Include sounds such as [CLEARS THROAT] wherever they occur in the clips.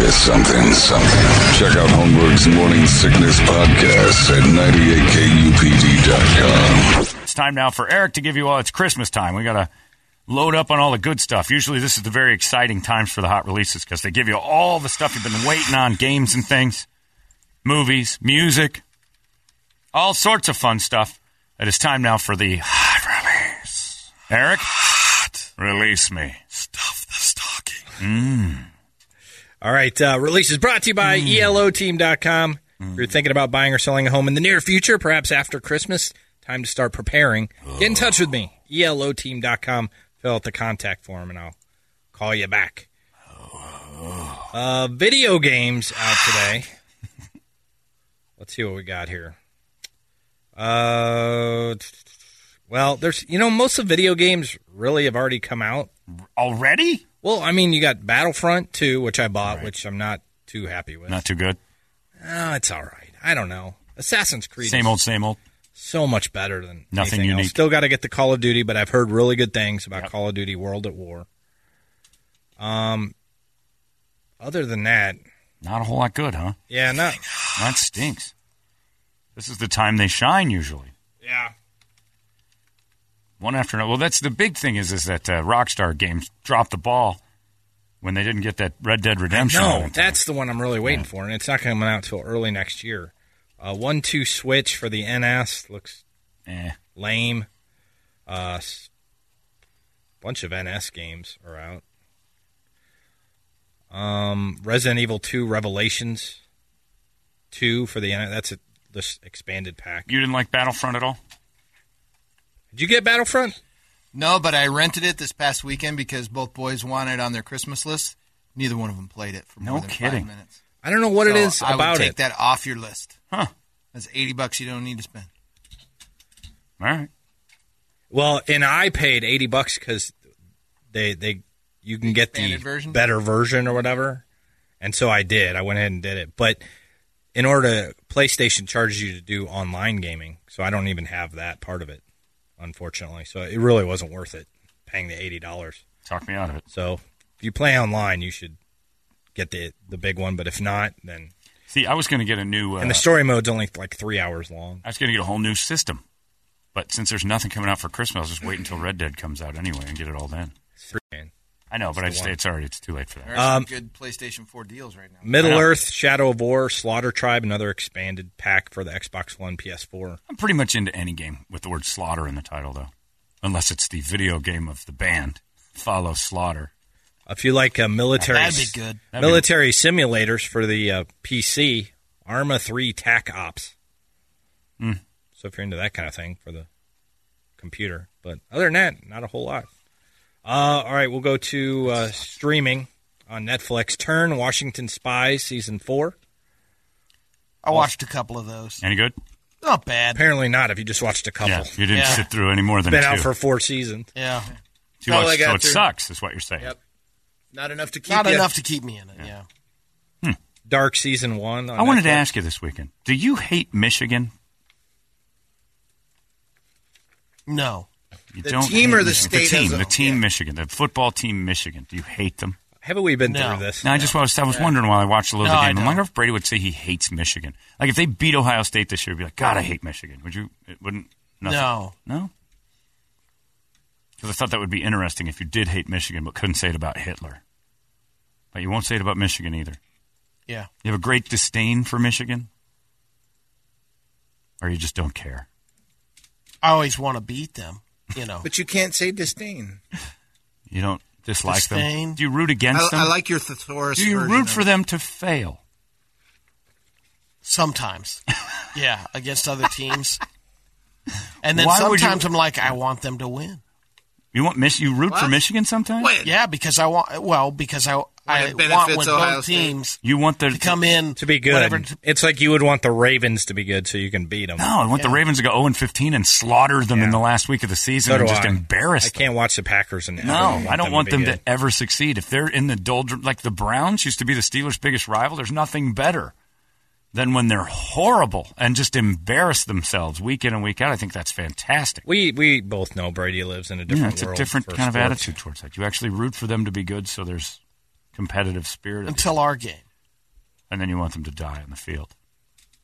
It's something, something. Check out Homeburg's Morning Sickness Podcast at 98kupd.com. It's time now for Eric to give you all. It's Christmas time. We got to load up on all the good stuff. Usually, this is the very exciting times for the hot releases because they give you all the stuff you've been waiting on games and things, movies, music, all sorts of fun stuff. It is time now for the hot release. Eric, release me. Stuff the stocking. All right. Uh, release is brought to you by E ELOteam.com. If you're thinking about buying or selling a home in the near future, perhaps after Christmas, time to start preparing. Get in touch with me, E ELOteam.com. Fill out the contact form and I'll call you back. Uh, video games out today. Let's see what we got here. Uh, well, there's, you know, most of the video games really have already come out. Already? Well, I mean, you got Battlefront 2, which I bought, which I'm not too happy with. Not too good. Oh, it's all right. I don't know. Assassin's Creed Same is old, same old. so much better than Nothing anything unique. Else. Still got to get the Call of Duty, but I've heard really good things about Call of Duty World at War. Um, other than that, Not a whole lot good, huh? yeah, not That stinks. This is the time they shine usually. yeah. one after another. Well, that's the big thing is is that uh, Rockstar Games dropped the ball when they didn't get that Red Dead Redemption. out in No, time. that's the one I'm really waiting for, and it's not coming out till early next year. Uh, one two switch for the NS looks Eh. lame. Uh, s- bunch of NS games are out. Um, Resident Evil Two Revelations Two for the N- that's a, this expanded pack. You didn't like Battlefront at all? Did you get Battlefront? No, but I rented it this past weekend because both boys wanted it on their Christmas list. Neither one of them played it for No more than kidding. five minutes. I don't know what it So is I about would take it. that off your list. Huh. That's eighty bucks you don't need to spend. All right. Well, and I paid eighty bucks because they they you can get the Expanded version? better version or whatever, and so I did. I went ahead and did it, but in order to PlayStation charges you to do online gaming, so I don't even have that part of it, unfortunately. So it really wasn't worth it paying the eighty dollars. Talk me out of it. So if you play online, you should get the the big one, but if not, then See, I was going to get a new. Uh, and the story mode's only like three hours long. I was going to get a whole new system, but since there's nothing coming out for Christmas, I'll just wait until Red Dead comes out anyway and get it all then. I know, but I just it's already it's too late for There that. are some Um, good PlayStation Four deals right now. Middle I know. Earth, Shadow of War, Slaughter Tribe, another expanded pack for the Xbox One, PS4. I'm pretty much into any game with the word slaughter in the title, though, unless it's the video game of the band. Follow slaughter. If you like uh, military That'd be good. That'd be- military simulators for the uh, PC, Arma 3 TAC Ops. Hmm. So if you're into that kind of thing for the computer, but other than that, not a whole lot. Uh, all right, we'll go to uh, streaming on Netflix. Turn Washington Spies season four. I watched a couple of those. Any good? Not bad. Apparently not. If you just watched a couple, Yeah, you didn't Yeah. sit through any more than been two. out for four seasons. Yeah. Two Well, months, I got so it through- sucks, is what you're saying. Yep. Not enough to keep Not you- enough to keep me in it. Yeah. Dark season one. On I wanted to Netflix. ask you this weekend do you hate Michigan? No. You The don't team hate or the Michigan. state The as team, a- the team Michigan, the football team Michigan. Do you hate them? Haven't we been No. through this? No, I just was, I was wondering while I watched a little No, of I the game. I don't. wonder if Brady would say he hates Michigan. Like if they beat Ohio State this year, he'd be like, God, I hate Michigan. Would you? It wouldn't. Nothing. No. No. Because I thought that would be interesting if you did hate Michigan but couldn't say it about Hitler. But you won't say it about Michigan either. Yeah. You have a great disdain for Michigan, or you just don't care. I always want to beat them. You [LAUGHS] know. But you can't say disdain. You don't dislike them. Disdain. Do you root I, against I them? like your thesaurus. Do you version root of for it. them to fail? Sometimes. yeah, [LAUGHS] against other teams. And then Why would you- sometimes I'm like, I want them to win. You want Mich- You root for Michigan sometimes? Wait. Yeah, because I want. Well, because I I it want benefits when Ohio both State. teams You want the to come in to be good. Whatever, it's like you would want the Ravens to be good so you can beat them. No, I want the Ravens to go 0 15 and slaughter them in the last week of the season so do and just I. embarrass I them. can't watch the Packers and ever No, I don't want them be to, good. ever succeed. If they're in the doldrum, like the Browns used to be the Steelers' biggest rival, there's nothing better than when they're horrible and just embarrass themselves week in and week out. I think that's fantastic. We we both know Brady lives in a different Yeah, it's a world different for kind of sports. attitude towards that. You actually root for them to be good, so there's competitive spirit, at the- until our game. and then you want them to die on the field.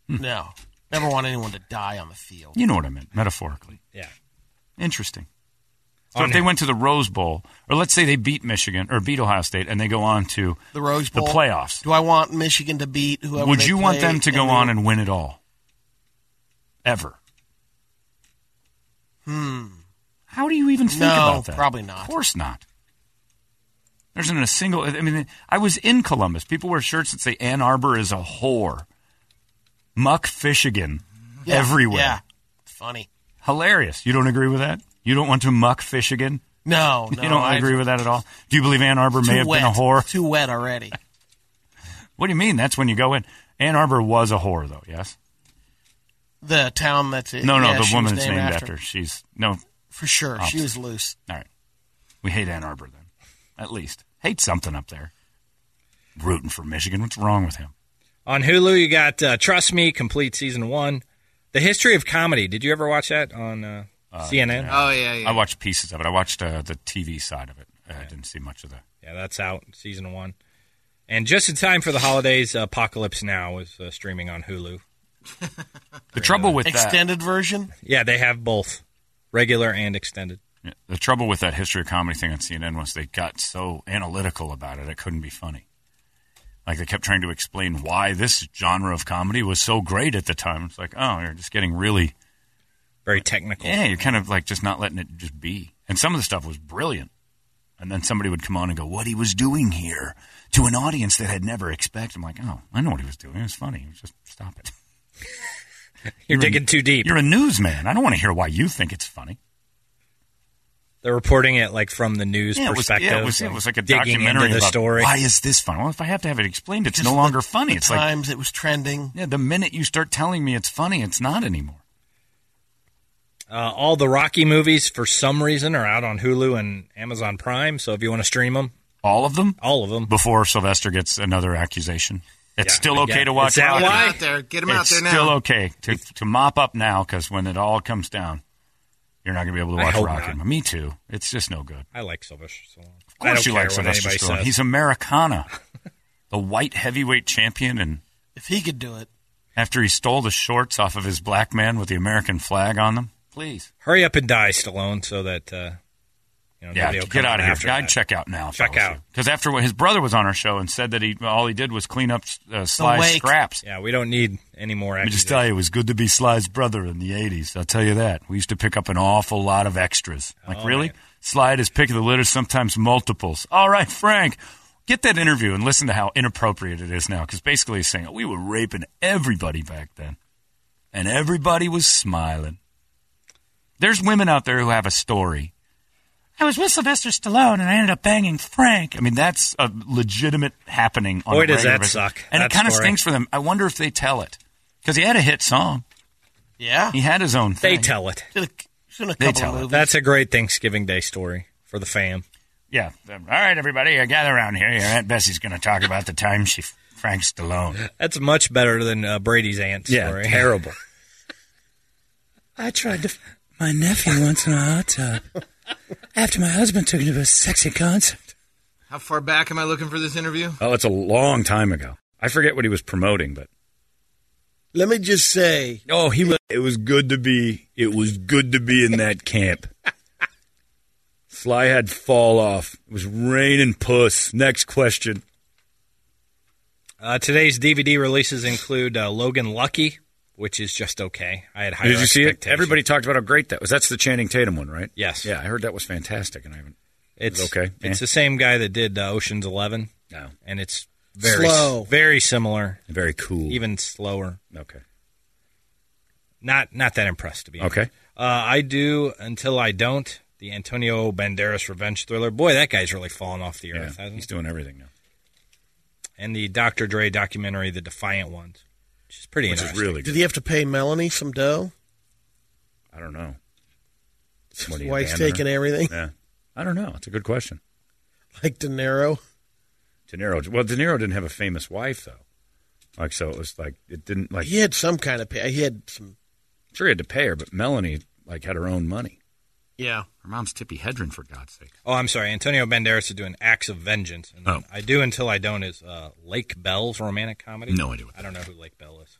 Hmm. No, never want anyone to die on the field. You know what I meant, metaphorically. Yeah. Interesting. So On if they him. went to the Rose Bowl, or let's say they beat Michigan or beat Ohio State, and they go on to The Rose Bowl, playoffs. Do I want Michigan to beat whoever? Would they you want play them to go and on then- and win it all? Ever? Hmm. How do you even think No, about that? probably not. Of course not. There isn't a single. I mean, I was in Columbus. People wear shirts that say Ann Arbor is a whore. Muck Fishigan Yeah, everywhere. Yeah, funny. Hilarious. You don't agree with that? You don't want to muck Fishigan? No, no, you don't I agree with that at all? Do you believe Ann Arbor too may have wet. been a whore? Too wet already. What do you mean? That's when you go in. Ann Arbor was a whore, though. Yes. The town that's it. No, no. yeah, the she was woman that's named after. She's no. All For sure, she Opposite. was loose. right. We hate Ann Arbor then. At least hate something up there. Rooting for Michigan. What's wrong with him? On Hulu, you got uh, Trust Me, complete season one. The History of Comedy. Did you ever watch that on uh, CNN? Yeah. Oh yeah, yeah. I watched pieces of it. I watched uh, the TV side of it. Uh, I didn't see much of the. that's out, season one. And just in time for the holidays, Apocalypse Now is uh, streaming on Hulu. The trouble with that. Extended version. Yeah, they have both, regular and extended. Yeah, The trouble with that history of comedy thing on CNN was they got so analytical about it, it couldn't be funny. Like they kept trying to explain why this genre of comedy was so great at the time. It's like, oh, you're just getting really, Very technical. yeah, you're kind of like just not letting it just be. And some of the stuff was brilliant. And then somebody would come on and go, what he was doing here to an audience that had never expected. I'm like, oh, I know what he was doing. It was funny. Just stop it. You're digging too deep. You're a newsman. I don't want to hear why you think it's funny. They're reporting it like from the news it was- perspective. yeah, it was, it was like a digging documentary into the about story. Why is this funny? Well, if I have to have it explained, it's Just no the- longer funny. the It's like times it was trending. yeah, the minute you start telling me it's funny, it's not anymore. Uh, all the Rocky movies, for some reason, are out on Hulu and Amazon Prime. So if you want to stream them, All of them all of them. before Sylvester gets another accusation. It's Yeah, still okay yeah. to watch. Is that Rocky. Get 'em why? out there. Get him out it's there now. still okay to, to mop up now because when it all comes down, you're not going to be able to I watch hope Rocky. not. Me too. It's just no good. I like Sylvester Stallone. Of course, you like Sylvester anybody Stallone. says. He's [LAUGHS] Americana, the white heavyweight champion, and If he could do it, after he stole the shorts off of his black man with the American flag on them. Please. Hurry up and die, Stallone, so that uh, you know. Yeah, nobody will get come out of here. after Guy, that. check out now. Check out. because after what his brother was on our show and said that he all he did was clean up uh, Sly's wake. scraps. Yeah, we don't need any more. Let me just Accusations. tell you, it was good to be Sly's brother in the '80s. I'll tell you that. We used to pick up an awful lot of extras. Like Oh, really, Sly had his pick of the litter, sometimes multiples. All right, Frank, get that interview and listen to how inappropriate it is now. Because basically, he's saying we were raping everybody back then, and everybody was smiling. There's women out there who have a story. I was with Sylvester Stallone and I ended up banging Frank. I mean, that's a legitimate happening. On Boy, a does regular that basis. suck, And that it kind of story. stinks for them. I wonder if they tell it because he had a hit song. yeah, He had his own They thing. tell it. should have should have They couple tell it. of movies. That's a great Thanksgiving Day story for the fam. yeah. Um, All right, everybody, uh, gather around here. Your Aunt Bessie's going to talk about the time she f- Frank Stallone. That's much better than uh, Brady's aunt story. terrible. I tried to. f- My nephew once in a hot tub. After my husband took him to a sexy concert. How far back am I looking for this interview? Oh, it's a long time ago. I forget what he was promoting, but Let me just say, oh, he was. It was good to be. It was good to be in that camp. Sly had fall off. It was raining puss. Next question. [LAUGHS] Uh, today's DVD releases include uh, Logan Lucky, which is just okay. I had higher Did you see it? expectations. Everybody talked about how great that was. That's the Channing Tatum one, right? Yes. Yeah, I heard that was fantastic, and I haven't. It's It's okay. It's Eh. the same guy that did uh, Ocean's Eleven, No, and it's very Slow. very similar, very cool. even slower. okay. Not not that impressed to be honest. Okay. Uh, I do until I don't. the Antonio Banderas revenge thriller. Boy, that guy's really fallen off the earth. hasn't he's he? doing everything now. And the Dr. Dre documentary, The Defiant Ones, which is pretty Which is interesting. really Did he have to pay Melanie some dough? I don't know. His do you wife's abandon her? taking everything. [LAUGHS] Yeah. I don't know. It's a good question. Like De Niro. De Niro. Well, De Niro didn't have a famous wife though. Like so, it was like it didn't like. He had some kind of pay. He had some. Sure, he had to pay her, but Melanie like had her own money. Yeah. Her mom's Tippy Hedren, for God's sake. Oh, I'm sorry. Antonio Banderas is doing Acts of Vengeance. And then Oh. I do until I don't is uh, Lake Bell's romantic comedy. No idea what I don't know who Lake Bell is.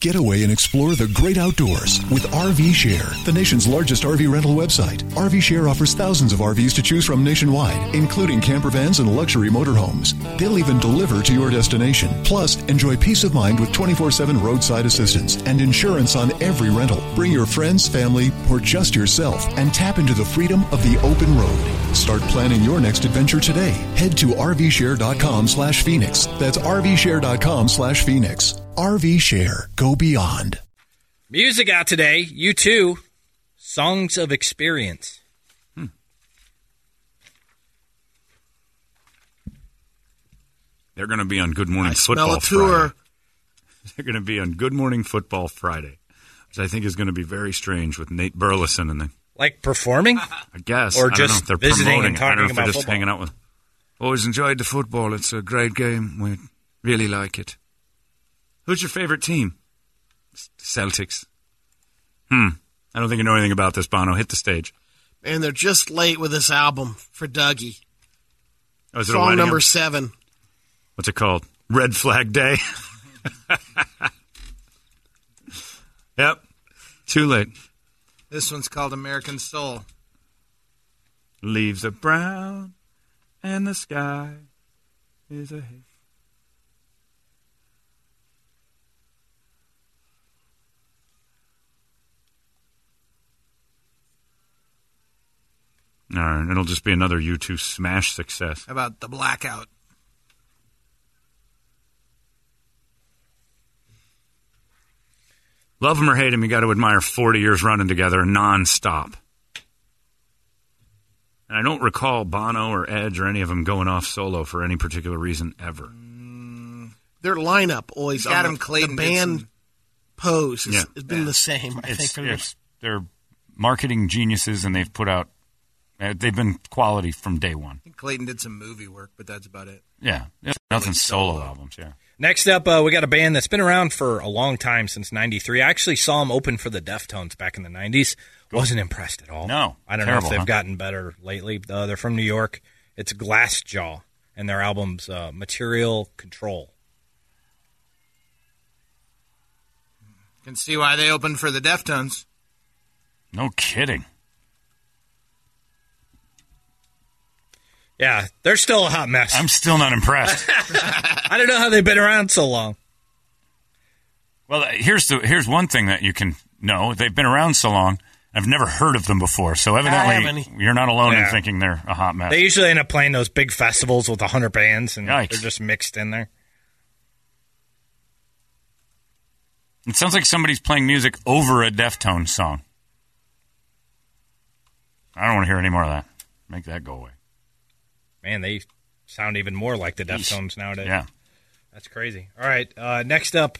Get away and explore the great outdoors with RV Share, the nation's largest RV rental website. RV Share offers thousands of RVs to choose from nationwide, including camper vans and luxury motorhomes. They'll even deliver to your destination. Plus, enjoy peace of mind with 24 7 roadside assistance and insurance on every rental. Bring your friends, family, or just yourself and tap into the freedom of the open road. Start planning your next adventure today. Head to rvshare.com slash phoenix. That's rvshare.com slash phoenix. RV Share. Go beyond. Music out today. You too. Songs of Experience. They're going to be on Good Morning I Football smell a tour. Friday. [LAUGHS] They're going to be on Good Morning Football Friday, which I think is going to be very strange with Nate Burleson and the Like performing? I guess Or I don't know just if they're visiting promoting and it. I don't know talking if they're about just football. hanging out with. Always enjoyed the football. It's a great game. We really like it. Who's your favorite team? Celtics. Hmm. I don't think you know anything about this, Bono. Hit the stage. And they're just late with this album for Dougie. Oh, is it a Song wedding number album? seven. What's it called? Red Flag Day. [LAUGHS] yep. Too late. This one's called American Soul. Leaves are brown. And the sky is a haze. All right. It'll just be another U2 smash success. How about The Blackout? Love him or hate him, you got to admire 40 years running together nonstop. And I don't recall Bono or Edge or any of them going off solo for any particular reason ever. Their lineup always on Adam the, Clayton the did band some- pose has, Yeah. has been the same. I think It's, for the- it's- they're marketing geniuses, and they've put out. uh, They've been quality from day one. Clayton did some movie work, but that's about it. Yeah, Yeah. nothing solo albums. Yeah, Next up, uh, we got a band that's been around for a long time since 93. I actually saw them open for the Deftones back in the 90s. Wasn't impressed at all. No. I don't know Terrible, if they've huh? gotten better lately. Uh, they're from New York. It's Glassjaw, and their album's uh, Material Control. Can see why they opened for the Deftones. no kidding. Yeah, they're still a hot mess. I'm still not impressed. I don't know how they've been around so long. Well, uh, here's the here's one thing that you can know. They've been around so long. I've never heard of them before, so evidently haven't. you're not alone Yeah. in thinking they're a hot mess. They usually end up playing those big festivals with 100 bands, and Yikes. they're just mixed in there. it sounds like somebody's playing music over a Deftones song. I don't want to hear any more of that. Make that go away. Man, they sound even more like the Deftones nowadays. Yeah. That's crazy. All right, uh, next up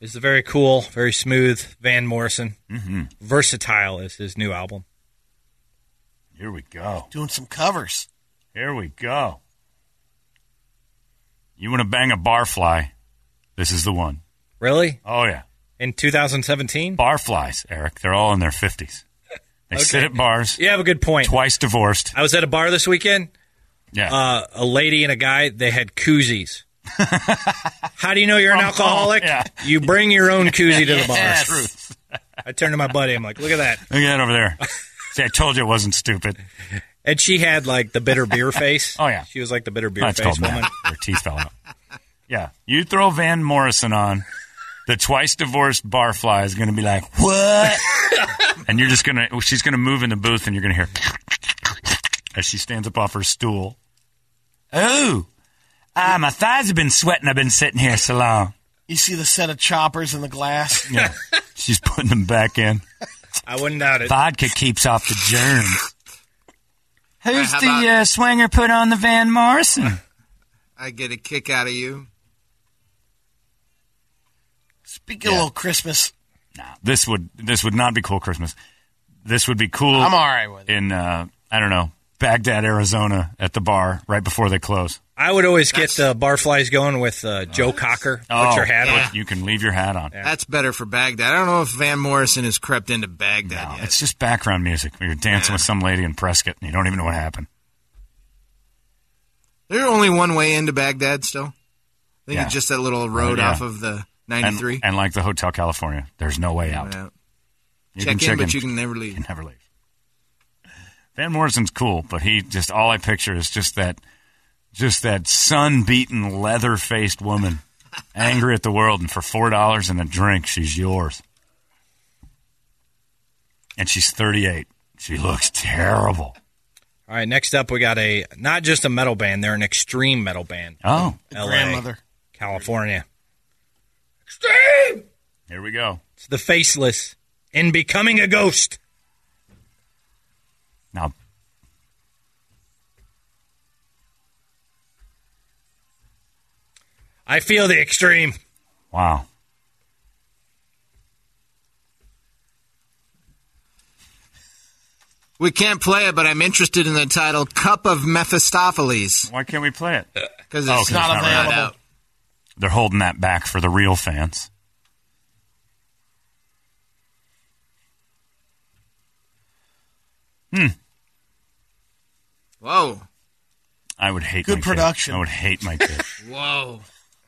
is the very cool, very smooth Van Morrison. Mm-hmm. Versatile is his new album. Here we go. Doing some covers. Here we go. You want to bang a barfly? This is the one. Really? Oh yeah. In 2017? Barflies, Eric. They're all in their 50s. They sit at bars. You have a good point. Twice divorced. I was at a bar this weekend. Yeah. Uh, a lady and a guy, they had [LAUGHS] koozies. How do you know you're an alcoholic? yeah. You bring your own [LAUGHS] koozie to the bar. Yes. I turned to my buddy. I'm like, look at that. Look at that over there. See, I told you it wasn't stupid. And she had like the [LAUGHS] bitter beer face. Oh, yeah. She was like the bitter beer That's face called woman. math. Your teeth fell out. Yeah. You throw Van Morrison on, the twice divorced barfly is going to be like, what? and you're just going to, she's going to move in the booth and you're going to hear as she stands up off her stool. Oh, ah, my thighs have been sweating. I've been sitting here so long. You see the set of choppers in the glass. Yeah. she's putting them back in. I wouldn't doubt it. Vodka keeps off the germs. Who's how the about- uh, swanger put on the Van Morrison? I get a kick out of you. Speaking of little Christmas, This would this would not be cool Christmas. This would be cool. I'm all right with it. In uh, I don't know Baghdad, Arizona, at the bar right before they close. I would always get the barflies going with uh, Joe Cocker. Oh, Put your hat on. You can leave your hat on. That's better for Baghdad. I don't know if Van Morrison has crept into Baghdad yet. It's just background music. You're dancing with some lady in Prescott, and you don't even know what happened. There's only one way into Baghdad still. I think Yeah. it's just that little road Right, yeah. off of the And- 93. and, like the Hotel California, there's no way out. Yeah. You check can in, check but in. you can never leave. never leave. Van Morrison's cool, but he just all I picture is just that, just that sun-beaten, leather-faced woman, angry at the world, and for four dollars and a drink, she's yours. And she's thirty-eight. She looks terrible. All right, next up, we got a not just a metal band; they're an extreme metal band. Oh. from LA, Grandmother. California. Here we go. It's the faceless in becoming a ghost. Now, I feel the extreme. Wow. We can't play it, but I'm interested in the title Cup of Mephistopheles. Why can't we play it? Because Oh, Uh, it's, 'cause it's not, not available. right. They're holding that back for the real fans. Whoa. I would hate Good my kid. production. I would hate my kid. [LAUGHS] Whoa.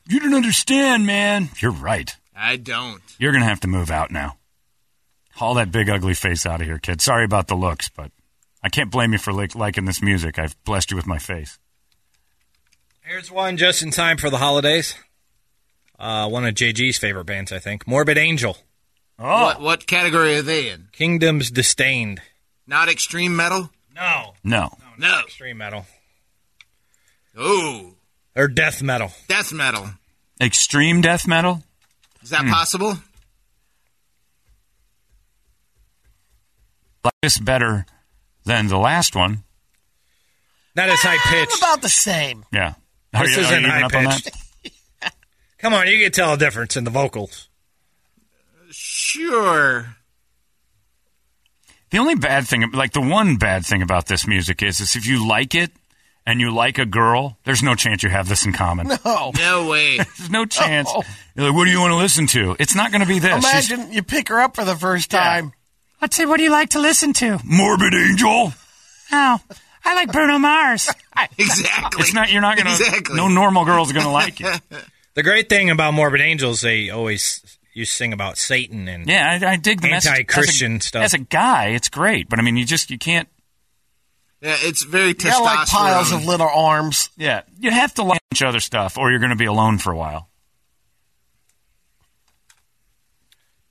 you don't understand, man. You're right. I don't. You're going to have to move out now. Haul that big ugly face out of here, kid. Sorry about the looks, but I can't blame you for like, liking this music. I've blessed you with my face. Here's one just in time for the holidays. Uh, one of JG's favorite bands, I think. Morbid Angel. Oh. What, what category are they in? Kingdoms Disdained. Not extreme metal? No. No. No. Extreme metal. Ooh. Or death metal. Death metal. Extreme death metal? Is that Hmm. possible? Like this better than the last one. Not as high pitched. about the same. Yeah. Are This you- are isn't you even high up on that? pitched. [LAUGHS] Come on, you can tell a difference in the vocals. Sure. The only bad thing, like the one bad thing about this music is, is if you like it and you like a girl, there's no chance you have this in common. No. No way. There's no chance. Oh. You're like, what do you want to listen to? It's not going to be this. She's- Imagine you pick her up for the first time. I'd say, what do you like to listen to? Morbid Angel. Oh, I like Bruno Mars. [LAUGHS] exactly. It's not. You're not going to. No normal girl's going to like [LAUGHS] it. The great thing about Morbid Angels, they always you sing about Satan and Yeah, I, I dig the message. Anti-Christian As a- stuff. As a guy, it's great, but I mean, you just you can't. Yeah, it's very testosterone. Yeah, like piles of little arms. Yeah, you have to like each other stuff, or you're going to be alone for a while.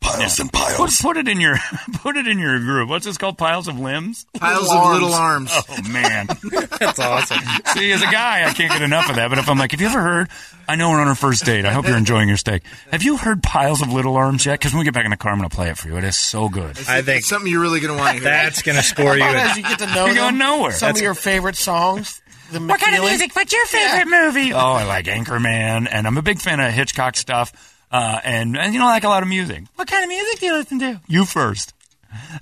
Piles and piles. Put, put it in your [LAUGHS] put it in your group. What's this called? Piles of limbs. Piles of little arms. Oh man, [LAUGHS] that's awesome. See, as a guy, I can't get enough of that. But if I'm like, have you ever heard? I know we're on our first date. I hope you're enjoying your steak. Have you heard piles of little arms yet? Because when we get back in the car, I'm going to play it for you. It is so good. I think it's something you're really going to want to [LAUGHS] hear. That's going to score [LAUGHS] How about as you get to know You're going them, nowhere. Some That's- of your favorite songs. The What kind of McFeely. music? What's your favorite movie? Oh, I like Anchorman, and I'm a big fan of Hitchcock stuff, uh, and and you know, I like a lot of music. What kind of music do you listen to? You first.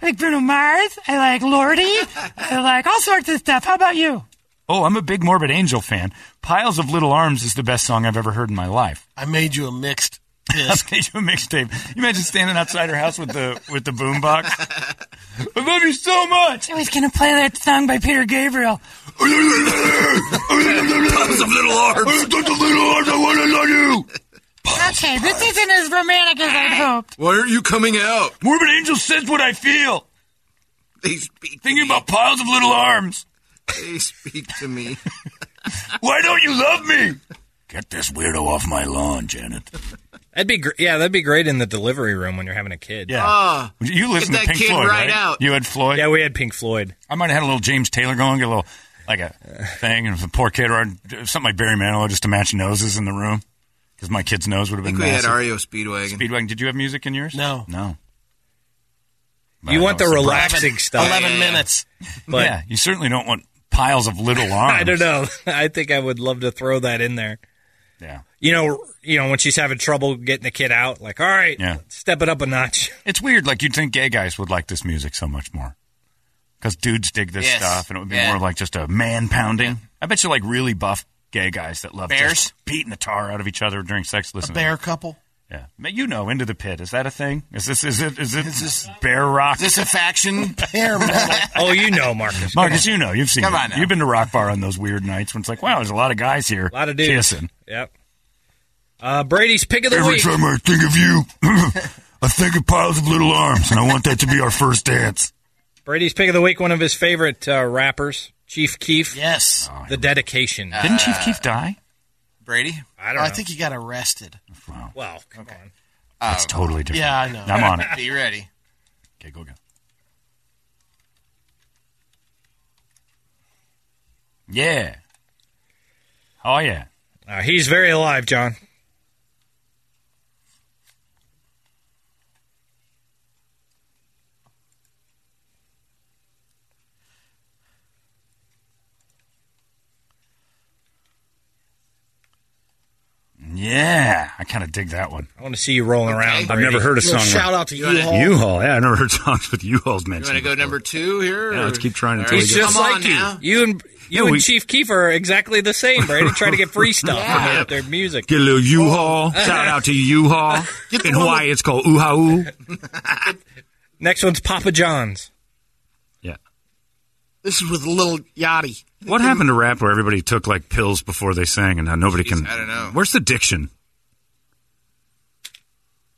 I like Bruno Mars. I like Lordy. I like all sorts of stuff. How about you? Oh, I'm a big Morbid Angel fan. Piles of Little Arms is the best song I've ever heard in my life. I made you a mixed [LAUGHS] I disc. made you a mixtape. You imagine standing outside her house with the with the boombox. I love you so much. I was gonna play that song by Peter Gabriel. Tons of little arms. Tons of little arms. I want to love you. Okay, this isn't as romantic as I'd hoped. Why aren't you coming out? Morbid Angel says what I feel. They speak. Thinking about piles of little arms. They speak to [LAUGHS] me. Why don't you love me? Get this weirdo off my lawn, Janet. That'd be gr- yeah, that'd be great in the delivery room when you're having a kid. Yeah. you listen to Pink Floyd, right? You had Floyd. Yeah, we had Pink Floyd. I might have had a little James Taylor going, get a little like a thing, and if the poor kid or something like Barry Manilow just to match noses in the room because my kid's nose would have I been think we had massive. REO Speedwagon. Speedwagon, did you have music in yours? No. no. You want the some relaxing breath. stuff. minutes. But- yeah, you certainly don't want piles of [LAUGHS] little arms. I don't know. [LAUGHS] I think I would love to throw that in there. Yeah. You know, you know when she's having trouble getting the kid out, like, all right, Yeah. step it up a notch. [LAUGHS] It's weird. Like you'd think gay guys would like this music so much more because dudes dig this Yes. stuff, and it would be Yeah. more like just a man pounding. I bet you like really buff gay guys that love Bears? just beating the tar out of each other during sex. Listen, to Bear couple. Yeah, Ma- you know, into the pit is that a thing? Is this is it is it bear rock? Is this [LAUGHS] a faction? Bear oh, you know, Marcus. Marcus, Come you on. know, you've seen. Come it. on now. You've been to Rock Bar on those weird nights when it's like, wow, there's a lot of guys here, a lot of dudes. kissing. Yep. Uh, Brady's pick of the Every week. time I think of you, [CLEARS THROAT] I think of piles of little arms, and I want that to be our first dance. Brady's pick of the week. One of his favorite uh, rappers, Chief Keef. Yes. the dedication. Didn't Chief Keef die? Brady? I don't I know. think he got arrested. Wow. Well, come on. That's totally different. Yeah, I know. I'm on it. Be ready. Okay, go again. Yeah. Oh yeah. Uh, he's very alive, John. Yeah, I kind of dig that one. I want to see you rolling around. I've never heard a song. like- U-Haul. Yeah, I never heard [LAUGHS] songs with U-Hauls You want to mentioned. go number two here? Yeah, or- let's keep trying All until right. we get- Come on now. You and you Yeah, and we- Chief Keef are exactly the same, Brady. Trying to get [LAUGHS] free stuff from their, their music. Get a [LAUGHS] little U-Haul. Shout out to U-Haul. Get the In one Hawaii, with- it's called Ooh Next one's Papa John's. This is with Little Yachty. What happened to rap where everybody took like pills before they sang, and now nobody Jeez, can? I don't know. Where's the diction?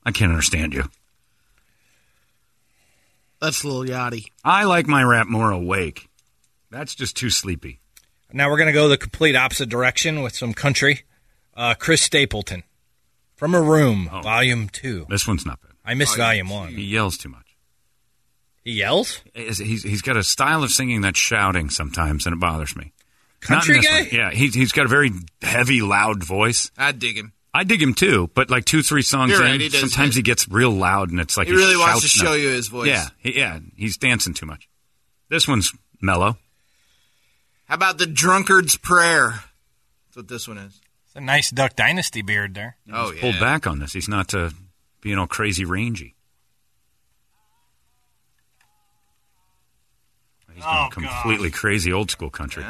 I can't understand you. That's Little Yachty. I like my rap more awake. That's just too sleepy. Now we're going to go the complete opposite direction with some country. Uh, Chris Stapleton from a room, volume two. This one's not bad. I missed Oh. volume one. He yells too much. He yells. He's, he's- he's got a style of singing that's shouting sometimes, and it bothers me. Not in Country this guy? one. Yeah, he's he's got a very heavy, loud voice. I dig him. I dig him too, but like two, three songs You're in, right, he does sometimes he gets real loud, and it's like He really wants shouts to show now. you his voice. Yeah, he, yeah, he's dancing too much. This one's mellow. How about the drunkard's prayer? That's what this one is. It's a nice Duck Dynasty beard there. Oh He's yeah. pulled back on this. He's not uh, being all crazy rangy. He's going Oh, completely crazy old school country.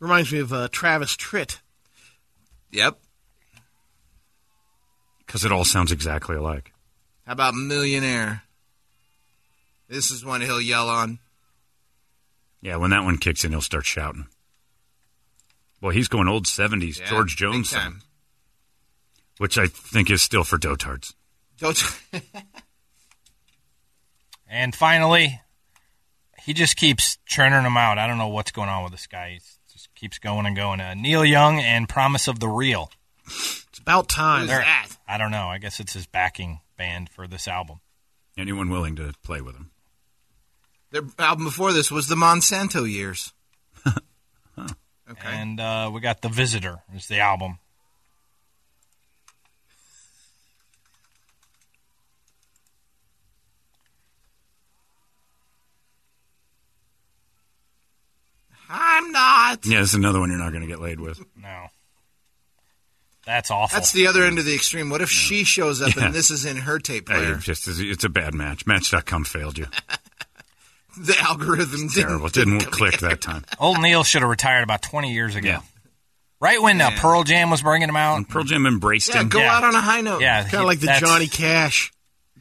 Reminds me of uh, Travis Tritt. Yep. Because it all sounds exactly alike. How about millionaire? This is one he'll yell on. Yeah, when that one kicks in, he'll start shouting. Boy, he's going old 70s Yeah, George big Jones time. thing, which I think is still for dotards. [LAUGHS] Don't. And finally, he just keeps churning them out. I don't know what's going on with this guy. He just keeps going and going. Uh, Neil Young and Promise of the Real. It's about time. They're- I don't know. I guess it's his backing band for this album. Anyone willing to play with him? Their album before this was the Monsanto years. Okay. And uh, we got The Visitor is the album. I'm not. Yeah, this is another one you're not going to get laid with. No. That's awful. That's the other end of the extreme. What if she shows up Oh, Yeah. and this is in her tape Hey, player? [LAUGHS] it's just it's a bad match. Match.com failed you. The algorithm Terrible. It didn't. didn't click that time. Old Neil should have retired about 20 years ago. Yeah. Right when uh, Pearl Jam was bringing him out. Pearl Jam embraced Yeah, him. go out on a high note. Yeah, it's kind he- of like the that's- Johnny Cash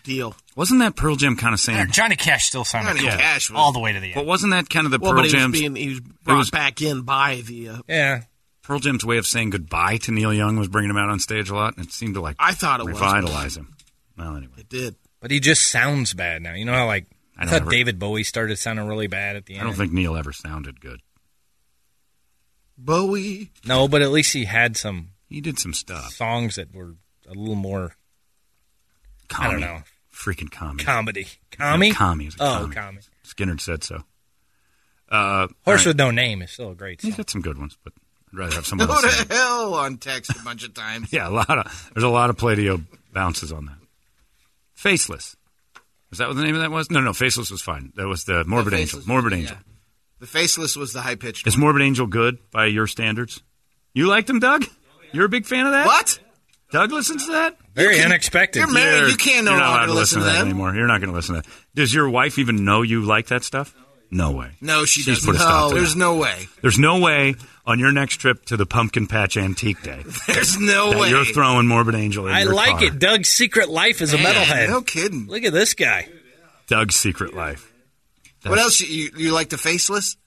deal. Wasn't that Pearl Jam kind of saying? Johnny Cash still sounded Johnny cool Cash was- all the way to the end. But wasn't that kind of the well, Pearl but he was, Jam's being, he was it brought was- back in by the. Uh, yeah. Pearl Jam's way of saying goodbye to Neil Young was bringing him out on stage a lot, and it seemed to like I thought it was. revitalize him. Well, anyway, It did. But he just sounds bad now. You know how like I, I don't thought ever- David Bowie started sounding really bad at the I end. don't think Neil ever sounded good. Bowie. No, but at least he had some. He did some stuff. Songs that were a little more. Commie. I don't know. Freaking commie. Comedy. Commie? No, commie. It was a Oh, commie. commie. Skinner said so. Uh, Horse all with No Name is still a great song. He's got some good ones, but I'd rather have [LAUGHS] someone Go else. sing. to hell on text a bunch [LAUGHS] of times. Yeah, a lot of there's a lot of Play-Doh bounces on that. Faceless. Is that what the name of that was? No, no, Faceless was fine. That was the Morbid The Angel. Faceless- Morbid yeah. Angel. The faceless was the high [LAUGHS] pitched. Is Morbid Angel good by your standards? You liked him, Doug? You're a big fan of that? What? Doug listens to that? Very unexpected. you're married, you can't no you're not longer allowed to listen listen to that them. anymore. You're not going to listen to that. Does your wife even know you like that stuff? No way. No, she She's doesn't. put a stop no, to there's that. no way. [LAUGHS] There's no way on your next trip to the Pumpkin Patch Antique Day. There's no that way. You're throwing Morbid Angel in I your like car. it. Doug's secret life is a Man, metalhead. no kidding. Look at this guy. Doug's Secret Life. What That's- else? You, you like the faceless?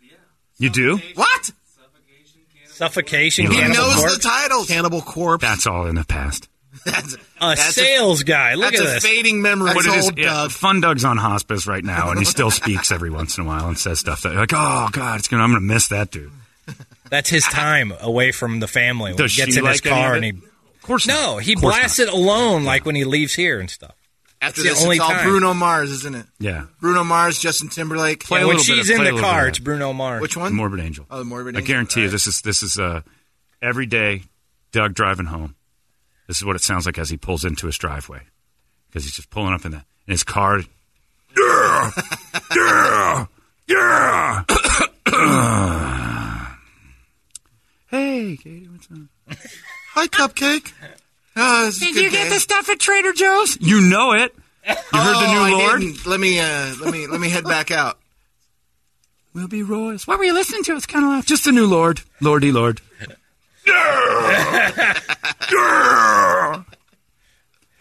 You do? What? Suffocation. He Cannibal knows Corpse. the titles. Cannibal Corpse. That's all in the past. a sales guy. Look that's at a this. fading memory. What it is, Old yeah, Doug. Fun Doug's on hospice right now, and he still speaks every once in a while and says stuff that like, "Oh God, it's gonna, I'm going to miss that dude." That's his time away from the family. When Does he gets she in his like any car of and it? he. Of course, no, not. he Of course blasts it alone, like when he leaves here and stuff. After That's this, the only it's all time. Bruno Mars, isn't it? Yeah, Bruno Mars, Justin Timberlake. Play a when little bit she's of- in play a the little bit car, of it's Bruno Mars. Which one? Morbid Angel. Oh, the Morbid I Angel. guarantee you, this is this is uh, every day. Doug driving home. This is what it sounds like as he pulls into his driveway because he's just pulling up in the in his car. Yeah, yeah, yeah. Hey, Katie, what's up? Hi, Cupcake. Oh, this is a Did good you get day. the stuff at Trader Joe's? You know it. You heard oh, the new I Lord. Didn't. Let me uh, let me let me head back out. We'll be Royce. What were you listening to? It's kind of like just the new Lord, Lordy Lord.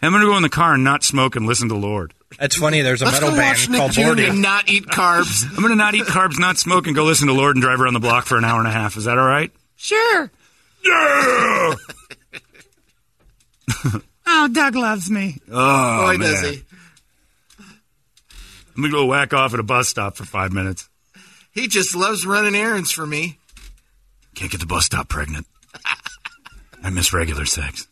I'm gonna go in the car and not smoke and listen to Lord. That's funny. There's a Let's metal go band watch Nick called Jr. Bordy. and not eat carbs. [LAUGHS] I'm gonna not eat carbs, not smoke, and go listen to Lord and drive around the block for an hour and a half. Is that all right? Sure. Yeah. Oh, Doug loves me. Oh, Boy, man. does he. I'm gonna go whack off at a bus stop for five minutes. He just loves running errands for me. Can't get the bus stop pregnant. I miss regular sex.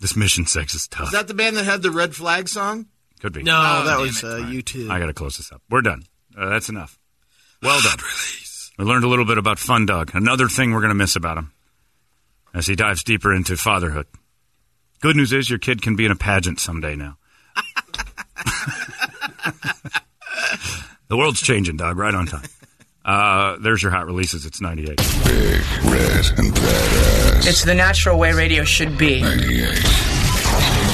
This mission sex is tough. Is that the band that had the red flag song? Oh, Could be. No, that damn was uh, you too. I got to close this up. We're done. Uh, that's enough. Well done. We learned a little bit about Fun Dog. Another thing we're going to miss about him as he dives deeper into fatherhood. Good news is your kid can be in a pageant someday now. [LAUGHS] the world's changing, dog, right on time. Uh, there's your hot releases. It's 98. Big, red, and badass. It's the natural way radio should be. 98.